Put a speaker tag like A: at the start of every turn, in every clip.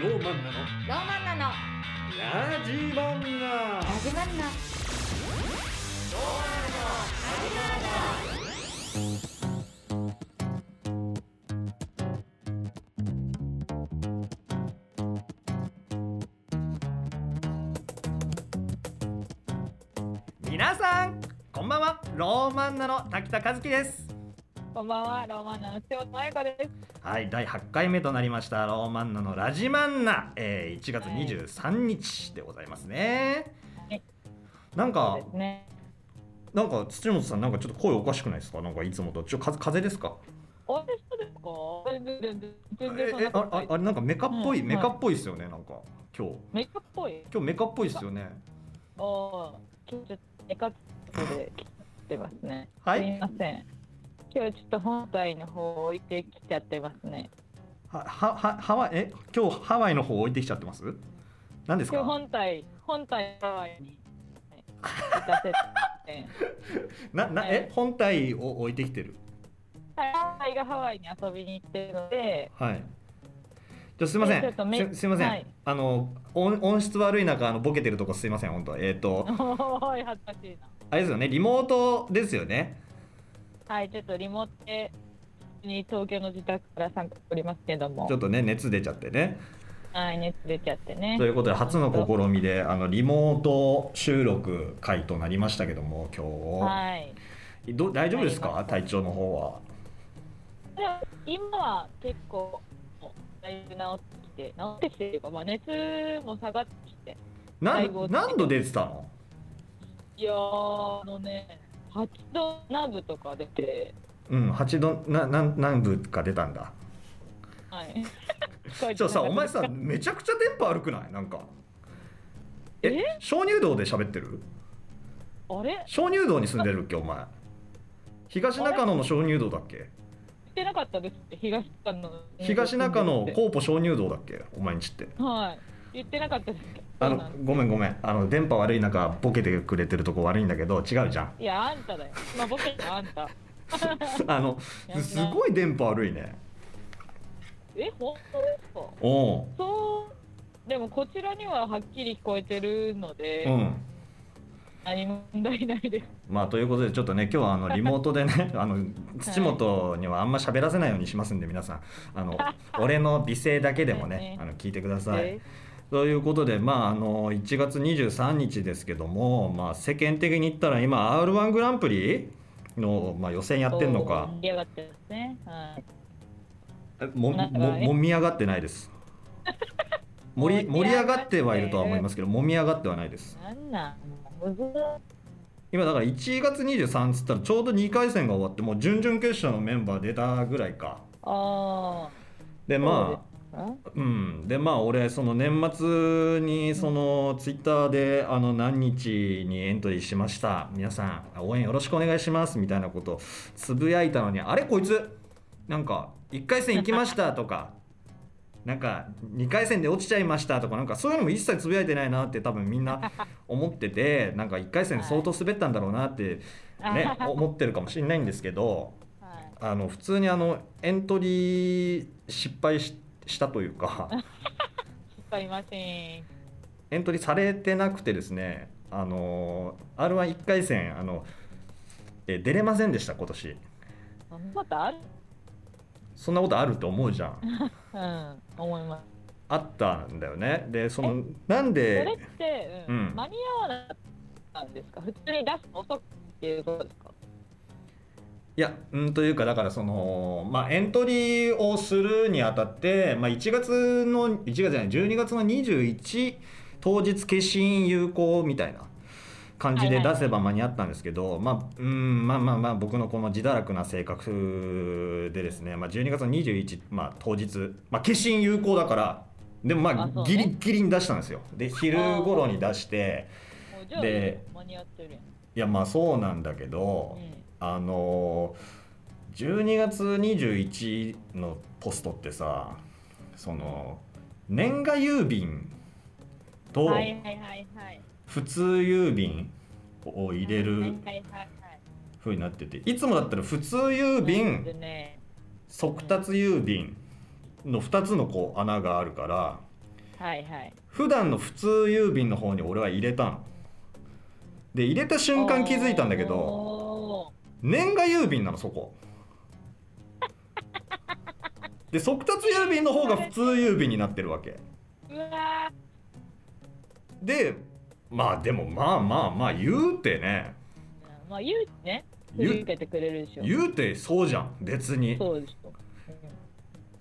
A: ローマンナの
B: ローマンナの
A: ラジマンナ
B: ラジマンナ
C: 皆さんこんばんはローマンナの滝田和樹です
D: こんばんは、ローマンナの瀬尾まゆかです。
C: はい第8回目となりましたローマンナのラジマンナ、えー、1月23日でございますね、
D: はい
C: なんか
D: そうですね。
C: なんか土本さんなんかちょっと声おかしくないですかなんかいつもとちょ風風邪ですか
D: お会いしたですか全然全然全然
C: え
D: そん
C: え
D: なこと
C: あ
D: ない
C: ああれなんかメカっぽい、
D: うん
C: メカっぽいですよねなんか今日
D: メカっぽい
C: 今日メカっぽいですよね
D: ああ、ちょっとメカっぽいで来てますね。
C: はい
D: すいません。今日ちょっと本体の方を置いてきちゃってますね。
C: はははハワイえ今日ハワイの方置いてきちゃってます何です
D: 今日
C: か
D: 本体、本体ハワイにはい行かせて。
C: ななえ本体を置いてきてる
D: ハワイがハワイに遊びに行ってるので、
C: はい。じゃあすいませ
D: えちょっとめ
C: ん。すすいません。
D: はい
C: あの音音質悪い中あのボケてるとこすいません本当。えっ、と
D: おい、恥ずかしいな。
C: あれですよねリモートですよね。
D: はい、ちょっとリモートでに東京の自宅から参加しておりますけども
C: ちょ、っとね熱出ちゃってね。
D: はい、熱出ちゃってね
C: と。いうことで初の試みであのリモート収録会となりましたけども今
D: はい。
C: 日ど大丈夫です
D: は
C: か
D: い
C: 体調の方は。
D: でも今は結構だいぶ治ってきて、治ってきてるかまあ熱も下がってきて、
C: な
D: だいぶ落ちて
C: 何度出てたの？
D: いやーあのね、8度南部とか出て、
C: うん八度ななん何部か出たんだ。
D: はい。
C: じゃあさお前
D: 聞
C: さめちゃくちゃテンポ悪くないなんか。
D: え
C: 鍾乳洞で喋ってる？
D: こえてなかった、あれ、
C: 鍾乳洞に住んでるっけお前東中野の鍾乳洞だっけ
D: してなかったですって、東中野。
C: 東中野コーポ鍾乳洞だっけお前んちって
D: はい。言ってなかったです。
C: あ
D: そうな
C: の
D: んです
C: ごめんごめんあの電波悪い中ボケてくれてるとこ悪いんだけど違うじゃん
D: いや、あんただよ。まあ、僕はあんた。
C: あの
D: や
C: すごい電波悪いね
D: え、本当ですか
C: おう
D: そう、でもこちらにははっきり聞こえてるので、
C: うん
D: 何も問題ないです。
C: まあということでちょっとね今日 はあのリモートでねあの土本にはあんま喋らせないようにしますんで皆さんあ の俺の美声だけでもね
D: ね
C: あの聞いてください
D: え。
C: ということで、まあ、あの1月23日ですけども、まあ、世間的に言ったら今 r 1グランプリの、まあ、予選やってんのか
D: そう盛り上がってますね。はい。
C: えもも
D: なんかね
C: もみ上がってないです 盛り盛
D: 盛
C: り
D: り
C: 上
D: 上
C: が
D: が
C: っ
D: ってて
C: はいるとは思いますけどもみ上がってはないです
D: なんなん、むずっ
C: 今だから1月23っつったらちょうど2回戦が終わってもう準々決勝のメンバー出たぐらいか
D: あ
C: で
D: そうで
C: ますあ
D: あ。ん
C: うん、でまあ俺その年末にそのツイッターであの何日にエントリーしました皆さん応援よろしくお願いしますみたいなことつぶやいたのにあれこいつなんか1回戦行きま したとかなんか2回戦で落ちちゃいましたとかなんかそういうのも一切つぶやいてないなって多分みんな 思っててなんか1回戦で相当滑ったんだろうなって ね思ってるかもしれないんですけど。
D: はい。
C: あの普通にあのエントリー失敗ししたという か
D: わかりません。
C: エントリーされてなくてですねあの r 1 1回戦あのえ出れませんでした今年
D: そんなことある
C: そんなことあると思うじゃ ん
D: うん、思います。
C: あったんだよねでそのなんで
D: それって、う
C: うん
D: ん、間に合わなかったんですか普通に出すの遅くっていうことですか
C: いやうんというかだからそのまあエントリーをするにあたって、まあ、1月の1月じゃない12月の21当日消印有効みたいな感じで
D: はいはい
C: 出せば間に合ったんですけど、まあうんまあまあまあ僕のこの自堕落な性格でですね、まあ、12月の21、まあ、当日、まあ、消印有効だからでもま
D: あそ
C: あ
D: うね
C: ギリギリに出したんですよ。で昼頃に出して
D: もうじゃあ
C: で
D: 間に合ってるやん。
C: いやまあそうなんだけど。
D: うん
C: あのー12月21のポストってさその年賀郵便と
D: はいはいはいはい。
C: 普通郵便を入れ
D: はい
C: る
D: はいはいはい。
C: 風になってていつもだったら普通郵便
D: そうですね
C: 速達郵便の2つのこう穴があるから
E: はいはい
C: 普段の普通郵便の方に俺は入れたので入れた瞬間気づいたんだけど
E: ど
C: 年賀郵便なのそこで速達郵便の方が普通郵便になってるわけ
E: うわ
C: でまあでもまあまあまあ言うてね
E: ーまあ言うね振り受
C: 言う
E: けてくれるでしょ
C: 言うてそうじゃん別に
E: そうでしょ、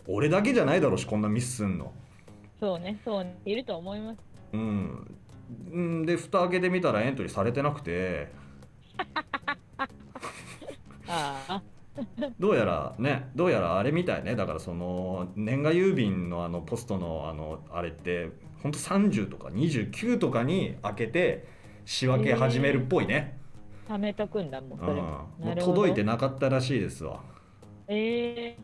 E: うん、
C: 俺だけじゃないだろうしこんなミスすんの
E: そうねそうねいると思います
C: うんうんで蓋開けてみたらエントリーされてなくて
E: ああ
C: どうやらねどうやらあれみたいねだからその年賀郵便のあのポストのあのあれってほんと30とか29とかに開けて仕分け始めるっぽいね、
E: 貯めとくんだもんそ
C: うん、
E: れ
C: も
E: な
C: う
E: るほど
C: 届いてなかったらしいですわ、
E: え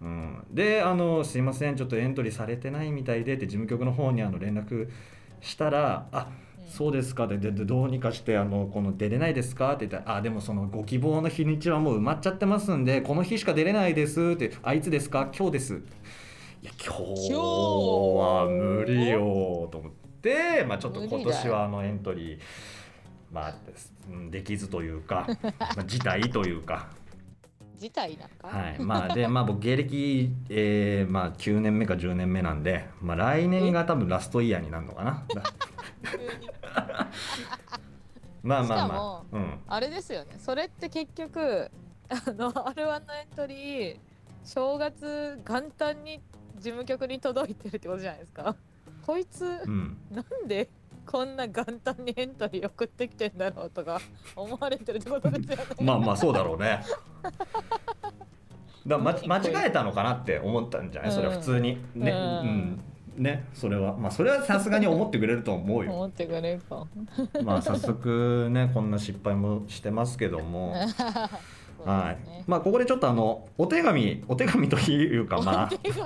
C: うん、であの「すいませんちょっとエントリーされてないみたいで」って事務局の方にあの連絡したら「あ
E: ー、
C: そうですか」でででどうにかしてあの「この出れないですか?」って言ったら「あでもそのご希望の日にちはもう埋まっちゃってますんでこの日しか出れないです」って「あいつですか今日です」いや今日は無理よと思って、まあ、ちょっと今
D: 無理だ
C: 年はあのエントリー、まあ、ですうんできずというか、まあ、辞退という か。
D: 自体なんか、
C: はい、まあでまあ僕芸歴、えーまあ、9年目か10年目なんで、まあ、来年が多分ラストイヤーになるのかなまあまあ
D: し
C: ま
D: かも
C: あ、うん、
D: あれですよねそれって結局あの R1 のエントリー正月元旦に事務局に届いてるってことじゃないですかこいつ
C: うん、
D: なんでこんな元旦にエントリー送ってきてんだろうとか思われてるってことですよね
C: まあまあそうだろうねだま間違えたのかなって思ったんじゃないそれは普通にね、
D: う
C: うんんねそれはまあそれはさすがに思ってくれると 思うよ
D: 思ってくれるか
C: まあ早速ねこんな失敗もしてますけどもはい、まあここでちょっとあのお手紙お手紙というか まあ
D: お手紙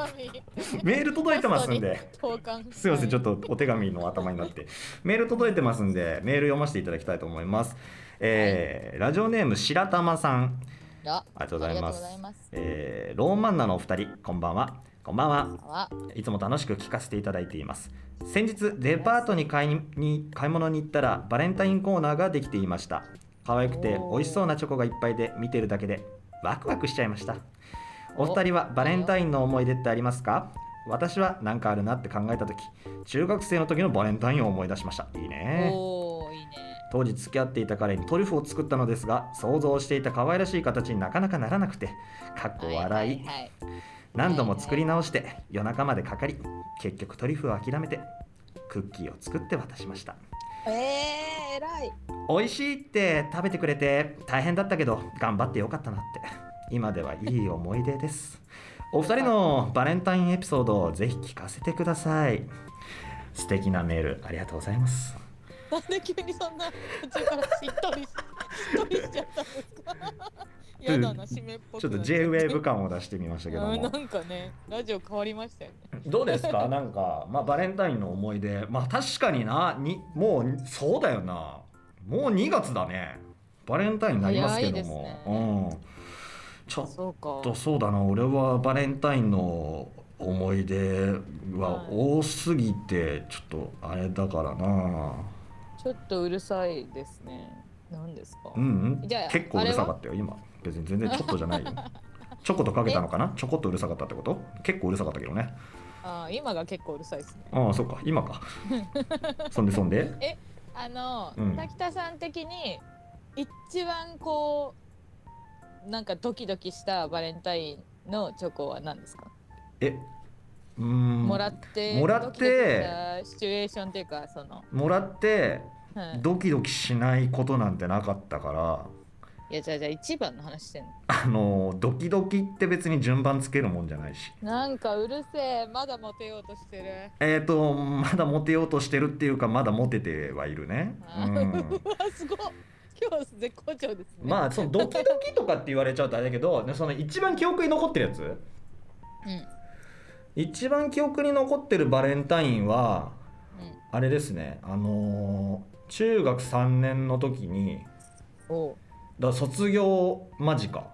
C: メール届いてますんで。
D: 交換
C: すいません、ちょっ
D: と
C: とお手紙の頭になって。メール届いてますんで、メール読ませていただきたいと思います。えーラジオネーム白玉さん、
D: あ
C: ありがとうございます。
D: ありがとうございます
C: えーローマンナのお二人、こんばんは。こんばんは。
D: あ
C: いつも楽しく聞かせていただいています。先日デパートに買いにに買い物に行ったらバレンタインコーナーができていました。可愛くて
D: おー
C: 美味しそうなチョコがいっぱいで見てるだけでワクワクしちゃいました。お二人はバレンタインの思い出ってありますか私は何かあるなって考えた時中学生の時のバレンタインを思い出しましたいいね
D: おーいいね
C: 当時付き合っていた彼にトリュフを作ったのですが想像していた可愛らしい形になかなかならなくてかっこ笑い、
D: はいはいはい
C: 何度も作り直して夜中までかかり結局トリュフを諦めてクッキーを作って渡しました
D: えー、偉い
C: 美味しいって食べてくれて大変だったけど頑張ってよかったなって今ではいい思い出ですお二人のバレンタインエピソードをぜひ聞かせてください素敵なメールありがとうございます
D: なんで急にそんな途中からしっとりししっとりしちゃったんですかやだな締めっぽく
C: ちょっと J-WAVE 感を出してみましたけど
D: うんな
C: も
D: んかねラジオ変わりましたよね
C: どうですか なんか、まあ、バレンタインの思い出まあ確かになにもうそうだよなもう2月だねバレンタインになりますけども、
D: 早
C: うんちょっ
D: そうか
C: とそうだな俺はバレンタインの思い出は多すぎてちょっとあれだからな
D: ちょっとうるさいですね何ですか
C: うん、うん
D: じゃあ、
C: 結構うるさかったよ今別に全然ちょっとじゃない よちょことかけたのかなちょこっとうるさかったってこと結構うるさかったけどね
D: あー今が結構うるさいですね
C: ああそっか今 かそんでそんで
D: あの、
C: うん
D: 滝田さん的に一番こうなんかドキドキしたバレンタインのチョコは何ですか、
C: えうーん
D: もらって
C: もらって
D: ドキドキしたシチュエーションっていうかその、
C: もらって
D: うん
C: ドキドキしないことなんてなかったから
D: いやじゃあじゃあ一番の話してんの
C: あのドキドキって別に順番つけるもんじゃないし
D: なんかうるせえまだモテようとしてる
C: えっ、とまだモテようとしてるっていうかまだモテてはいるね、
D: あ
C: う
D: ー
C: ん
D: うわすごい今日絶好調ですね
C: まあそのドキドキとかって言われちゃうとあれだけどその一番記憶に残ってるやつ
D: うん
C: 一番記憶に残ってるバレンタインは
D: うん
C: あれですねあのー中学3年の時に
D: おう
C: だから卒業間近
D: は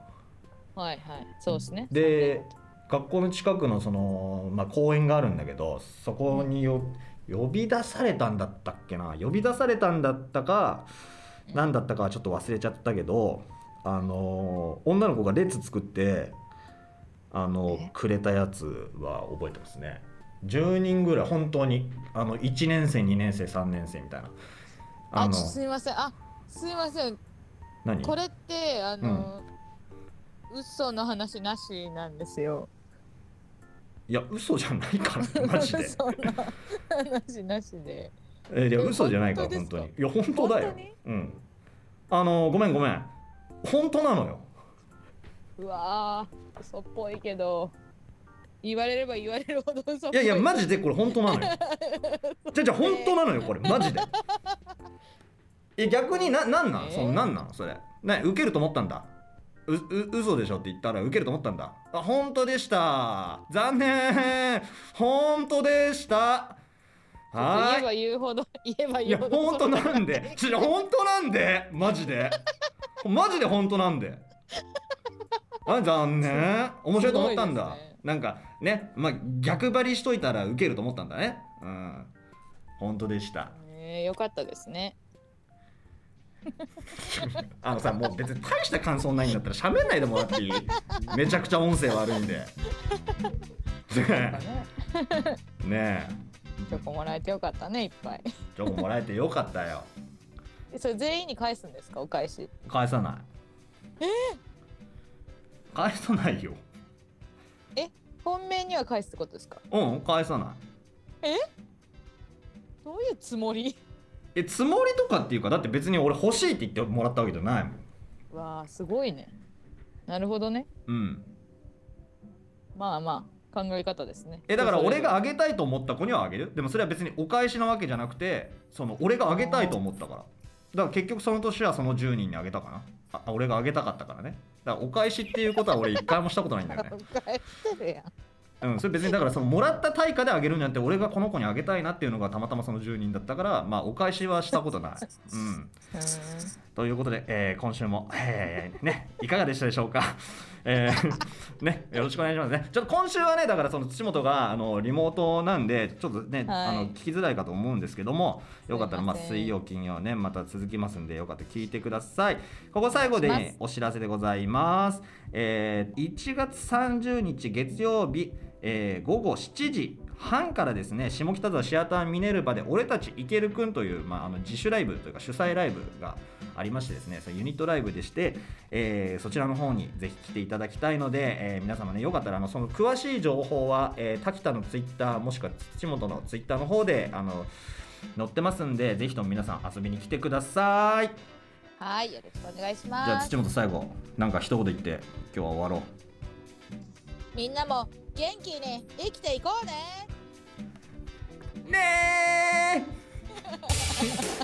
D: いはいそうですね
C: で学校の近くのその、まあ、公園があるんだけどそこによ呼び出されたんだったっけな呼び出されたんだったか何だったかはちょっと忘れちゃったけどあの女の子が列作ってあの
D: え
C: くれたやつは覚えてますね10人ぐらい本当にあの1年生2年生3年生みたいな
D: あ
C: あの
D: ちょすみませんあすみません
C: 何
D: これってあの、嘘の話なしなんですよ
C: いや嘘じゃないからねマジで
D: 嘘の話なしで
C: えいや嘘じゃないから
D: え
C: 本
D: 本
C: 当
D: 当
C: に
D: で
C: いや本当だよ
D: 本当に
C: うんあのごめんごめん本当なのよ
D: うわー嘘っぽいけど言われれば言われるほど嘘っぽい
C: いやいやマジでこれ本 当なのよじゃあじゃあ本当なのよこれマジでえ逆にななんなん
D: えー
C: そのなんなんそれね受けると思ったんだうう嘘でしょって言ったら受けると思ったんだあ本当でした残念本当でしたは
D: 言え
C: ーい
D: ば言うほど 言えば
C: い
D: 言
C: や
D: うほど
C: 本当なんでちょ本当なんでマジでマジで本当なんであ残念面白いと思ったん
D: す
C: だ、
D: ごいですね
C: なんかねまあ逆張りしといたらウケると思ったんだねうん本当でした
D: えー、よかったですね
C: あのさもう別に大した感想ないんだったら喋んないでもらっていいめちゃくちゃ音声悪いんで ね
D: なんかね
C: えね
D: チョコもらえてよかったねいっぱい
C: えチョコもらえてよかったよ
D: えそれ全員に返すんですかお返し
C: 返さないえ返さないよ
D: 本命には返すってことですか
C: うん返さない
D: どういうつもり
C: えつもりとかっていうかだって別に俺欲しいって言ってもらったわけじゃないもん
D: わあすごいねなるほどね
C: うん
D: まあまあ考え方ですね
C: えだから
D: 人そ
C: 俺
D: れぞれ
C: があげたいと思った子にはあげるよでもそれは別にお返しなわけじゃなくてその俺があげたいと思ったからだから結局その年はその10人にあげたかなあ俺があげたかったからねだからお返しっていうことは俺一回もしたことないんだ よね
D: 返してるやん
C: うんそれ別にだからそのもらった対価であげるんじゃなくて俺がこの子にあげたいなっていうのがたまたまその10人だったからまあお返しはしたこと ないうん
D: うーん
C: ということで、えー今週も、 えーね、いかがでしたでしょうか、 えーね、よろしくお願いしますね。ちょっと今週はね、だからその土本があのリモートなんで、ちょっとね、
D: はい
C: あの聞きづらいかと思うんですけども、よかったら、まあ、
D: すいません
C: 水曜、金曜ね、また続きますんで、よかったら聞いてください。ここ最後で
D: お願いします
C: お知らせでございます。えー1月30日月曜日、えー午後7時半からですね下北沢シアターミネルバで「俺たちいけるくん」という、まあ、あの自主ライブというか主催ライブがありましてですねそのユニットライブでして、えーそちらの方にぜひ来ていただきたいので、えー皆様ねよかったらあのその詳しい情報は、えー、滝田のツイッターもしくは土本のツイッターの方であの載ってますんでぜひとも皆さん遊びに来てください。
D: はいよろしくお願いし
C: じゃあ
D: ます
C: 土本最後なんか一言言って今日は終わろう。
D: みんなも元気に生きていこうね
C: ねー